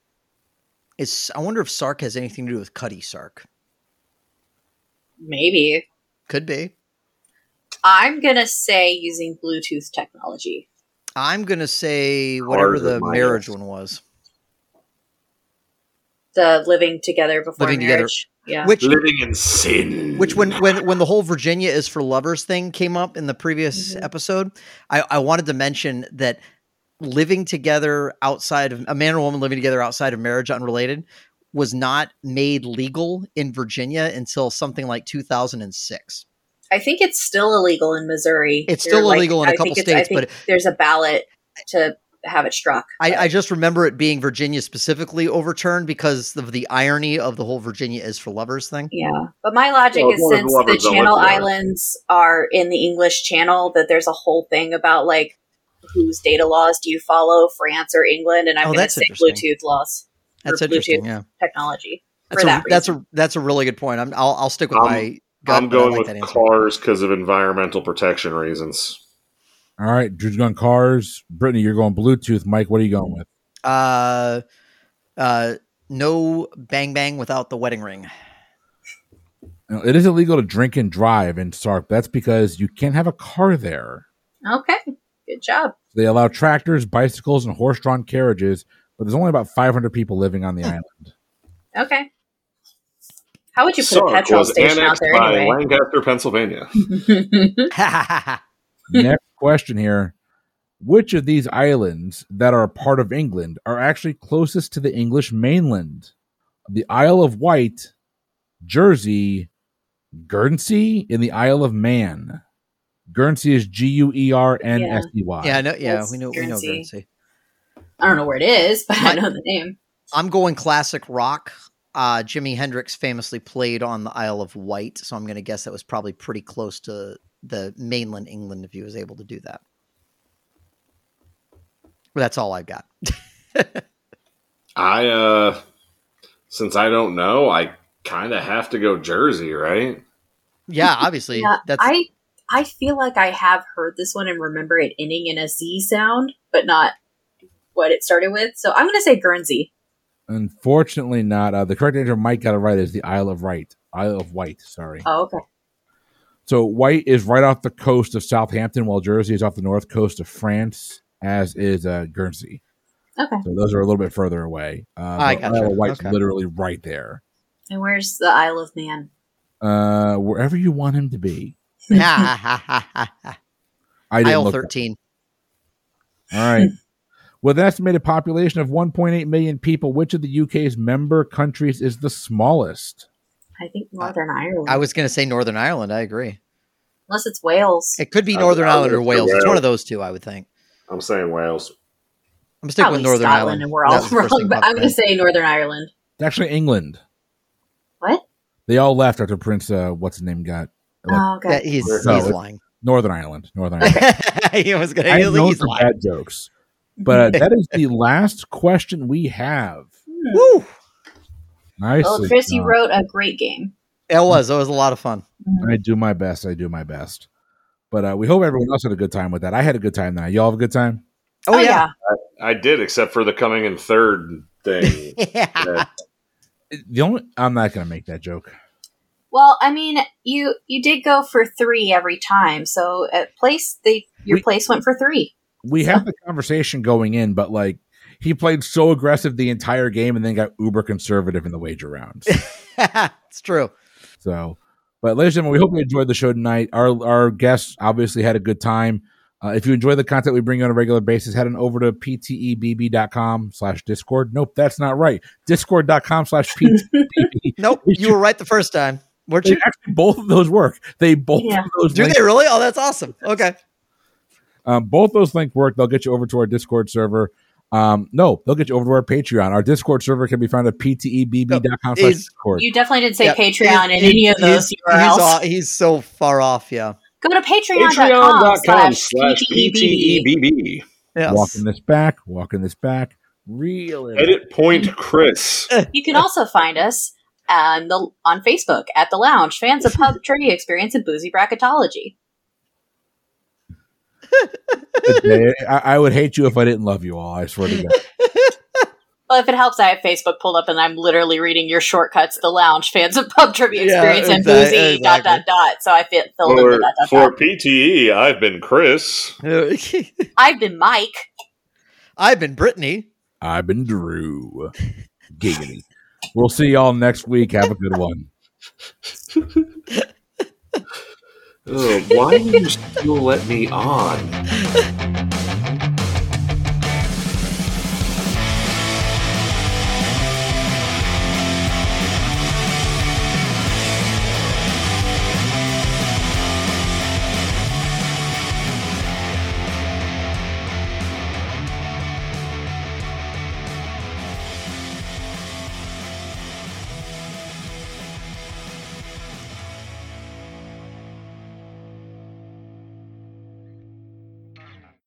Speaker 4: Is I wonder if Sark has anything to do with Cuddy Sark.
Speaker 3: maybe.
Speaker 4: Could be.
Speaker 3: I'm gonna say using Bluetooth technology.
Speaker 4: I'm going to say whatever
Speaker 2: Ours
Speaker 4: the
Speaker 2: and mine,
Speaker 4: marriage
Speaker 2: yes.
Speaker 4: one was,
Speaker 3: The living together before
Speaker 4: Living together.
Speaker 3: marriage. Yeah.
Speaker 4: which
Speaker 2: Living in sin.
Speaker 4: which when when when the whole Virginia is for lovers thing came up in the previous
Speaker 3: Mhm.
Speaker 4: episode, I, I wanted to mention that living together outside of a man and woman living together outside of marriage unrelated was not made legal in Virginia until something like 2006.
Speaker 3: I think it's still illegal in Missouri.
Speaker 4: It's
Speaker 3: They're,
Speaker 4: still illegal in a
Speaker 3: I
Speaker 4: couple
Speaker 3: think it's- I
Speaker 4: states,
Speaker 3: think
Speaker 4: but-
Speaker 3: there's a ballot to have it struck.
Speaker 4: I, I just remember it being Virginia specifically overturned because of the irony of the whole Virginia is for lovers thing.
Speaker 3: Yeah, but my logic
Speaker 2: Well, as
Speaker 3: is
Speaker 2: long as
Speaker 3: since
Speaker 2: the lovers
Speaker 3: the
Speaker 2: don't
Speaker 3: Channel
Speaker 2: live together.
Speaker 3: Islands are in the English Channel, that there's a whole thing about like whose data laws do you follow, France or England? And I'm
Speaker 4: Oh,
Speaker 3: going to
Speaker 4: that's
Speaker 3: say
Speaker 4: interesting.
Speaker 3: Bluetooth laws,
Speaker 4: That's
Speaker 3: Or
Speaker 4: interesting.
Speaker 3: Bluetooth.
Speaker 4: Yeah,
Speaker 3: technology. for
Speaker 4: that's a
Speaker 3: that
Speaker 4: that's a that's a really good point. I'm, I'll I'll stick with
Speaker 2: I'm-
Speaker 4: my. gut,
Speaker 2: I'm
Speaker 4: but I
Speaker 2: going
Speaker 4: like
Speaker 2: with
Speaker 4: that answer.
Speaker 2: cars because of environmental protection reasons.
Speaker 1: All right, Drew's going cars. Brittany, you're going Bluetooth. Mike, what are you going with?
Speaker 4: uh, uh, no bang bang without the wedding ring.
Speaker 1: Now, it is illegal to drink and drive in Sark. That's because you can't have a car there.
Speaker 3: Okay, good job.
Speaker 1: They allow tractors, bicycles, and horse-drawn carriages, but there's only about 500 people living on the island.
Speaker 3: Okay, how would you put a
Speaker 2: Sark
Speaker 3: petrol
Speaker 2: was
Speaker 3: station out
Speaker 2: annexed
Speaker 3: there
Speaker 2: by
Speaker 3: anyway?
Speaker 2: Lancaster, Pennsylvania.
Speaker 1: Next question here: Which of these islands that are a part of England are actually closest to the English mainland? The Isle of Wight, Jersey, Guernsey, and the Isle of Man. Guernsey is G U E R N S E Y.
Speaker 4: yeah, I know. Yeah,
Speaker 3: That's
Speaker 4: we know. We know
Speaker 3: Guernsey.
Speaker 4: Guernsey.
Speaker 3: I don't know where it is, but I
Speaker 4: My-
Speaker 3: know the name.
Speaker 4: I'm going classic rock. Uh, Jimi Hendrix famously played on the Isle of Wight, so I'm going to guess that was probably pretty close to the mainland England if he was able to do that. Well, that's all I've got.
Speaker 2: I uh since I don't know, I kind of have to go Jersey, right?
Speaker 4: Yeah, obviously
Speaker 3: Yeah,
Speaker 4: that's
Speaker 3: I I feel like I have heard this one and remember it ending in a Z sound, but not what it started with. So I'm going to say Guernsey.
Speaker 1: Unfortunately, not. Uh, the correct answer Mike got it right is the Isle of Wight. Isle of Wight, sorry.
Speaker 3: Oh, okay.
Speaker 1: So White is right off the coast of Southampton, while Jersey is off the north coast of France, as is uh, Guernsey.
Speaker 3: Okay.
Speaker 1: So those are a little bit further away. Uh,
Speaker 4: I
Speaker 1: but
Speaker 4: gotcha.
Speaker 1: Isle of Wight's
Speaker 4: Okay.
Speaker 1: literally right there,
Speaker 3: And where's the Isle of Man?
Speaker 1: uh, wherever you want him to be. I didn't
Speaker 4: Isle
Speaker 1: look.
Speaker 4: 13.
Speaker 1: All right. With an estimated population of 1.8 million people, which of the UK's member countries is the smallest?
Speaker 3: I think Northern Ireland.
Speaker 4: Uh, I was going to say Northern Ireland. I agree.
Speaker 3: Unless it's Wales.
Speaker 4: It could be
Speaker 2: I-
Speaker 4: Northern
Speaker 2: I
Speaker 4: Ireland or
Speaker 2: would say
Speaker 4: Wales. It's one
Speaker 2: Wales.
Speaker 4: of those two, I would think.
Speaker 2: I'm saying Wales.
Speaker 4: I'm sticking with Northern
Speaker 3: Scotland,
Speaker 4: Ireland.
Speaker 3: and we're
Speaker 4: That
Speaker 3: all
Speaker 4: was the first
Speaker 3: wrong.
Speaker 4: thing
Speaker 3: But
Speaker 4: popped
Speaker 3: I'm
Speaker 4: in.
Speaker 3: going to say Northern Ireland.
Speaker 1: It's actually England.
Speaker 3: What?
Speaker 1: They all left after Prince, uh, what's his name, got Like-
Speaker 3: Oh, okay.
Speaker 4: Yeah, he's,
Speaker 2: No,
Speaker 4: he's
Speaker 1: it's-
Speaker 4: lying.
Speaker 1: Northern Ireland. Northern Ireland.
Speaker 4: he was going to.
Speaker 1: I am known
Speaker 4: He's
Speaker 1: for
Speaker 4: lying.
Speaker 1: bad jokes, but uh, that is the last question we have.
Speaker 3: Hmm.
Speaker 4: Woo!
Speaker 1: Nice.
Speaker 3: Well, Oh, Chris, you wrote a great game.
Speaker 4: It was. It was a lot of fun.
Speaker 1: I do my best. I do my best. But uh, we hope everyone else had a good time with that. I had a good time tonight. Y'all have a good time.
Speaker 4: Oh, yeah.
Speaker 2: I did, except for the coming in third thing.
Speaker 4: yeah.
Speaker 2: that
Speaker 1: Uh, The only I'm not going to make that joke.
Speaker 3: Well, I mean, you you did go for three every time, so at place they your
Speaker 1: We-
Speaker 3: place went for three.
Speaker 1: We had the conversation going in, but like he played so aggressive the entire game and then got uber conservative in the wager rounds.
Speaker 4: it's true.
Speaker 1: So, but ladies and gentlemen, we hope you enjoyed the show tonight. Our our guests obviously had a good time. Uh, if you enjoy the content we bring you on a regular basis, head on over to ptebb.com slash discord. Nope, that's not right. Discord.com slash E ptebb.
Speaker 4: Nope,
Speaker 1: We
Speaker 4: you were right the first time. Weren't
Speaker 1: They
Speaker 4: you?
Speaker 1: Actually, both of those work. They both
Speaker 3: Yeah.
Speaker 1: of those
Speaker 4: Do
Speaker 1: links,
Speaker 4: they really? Oh, that's awesome. Okay.
Speaker 1: um, both those links work. They'll get you over to our Discord server. Um, no, they'll get you over to our Patreon. Our Discord server can be found at E ptebb.com slash
Speaker 4: Is-
Speaker 1: discord.
Speaker 3: You definitely didn't say
Speaker 4: Yeah,
Speaker 3: Patreon in
Speaker 4: he's-
Speaker 3: any of those
Speaker 4: he's-
Speaker 3: URLs.
Speaker 4: He's, aw- he's so far off. Yeah.
Speaker 3: go to patreon.com
Speaker 2: Patreon.com
Speaker 3: slash E
Speaker 2: slash
Speaker 4: E
Speaker 2: E
Speaker 3: PTEBB.
Speaker 2: PTEBB.
Speaker 4: Yes.
Speaker 1: Walking this back, walking this back. Real
Speaker 2: Edit point Chris.
Speaker 3: You can also find us on the on Facebook at the Lounge, fans of pub trivia experience and boozy bracketology.
Speaker 1: I, I would hate you if I didn't love you all. I swear to God.
Speaker 3: Well, if it helps, I have Facebook pulled up and I'm literally reading your shortcuts, the lounge fans of pub trivia
Speaker 4: Yeah,
Speaker 3: experience and
Speaker 4: exact-
Speaker 3: boozy dot dot dot. So I fit filled in the
Speaker 2: For,
Speaker 3: dot dot
Speaker 2: for
Speaker 3: dot.
Speaker 2: PTE, I've been Chris.
Speaker 3: I've been Mike.
Speaker 4: I've been Brittany.
Speaker 1: I've been Drew. Giggity. We'll see y'all next week. Have a good one.
Speaker 2: Ugh, why do you still let me on?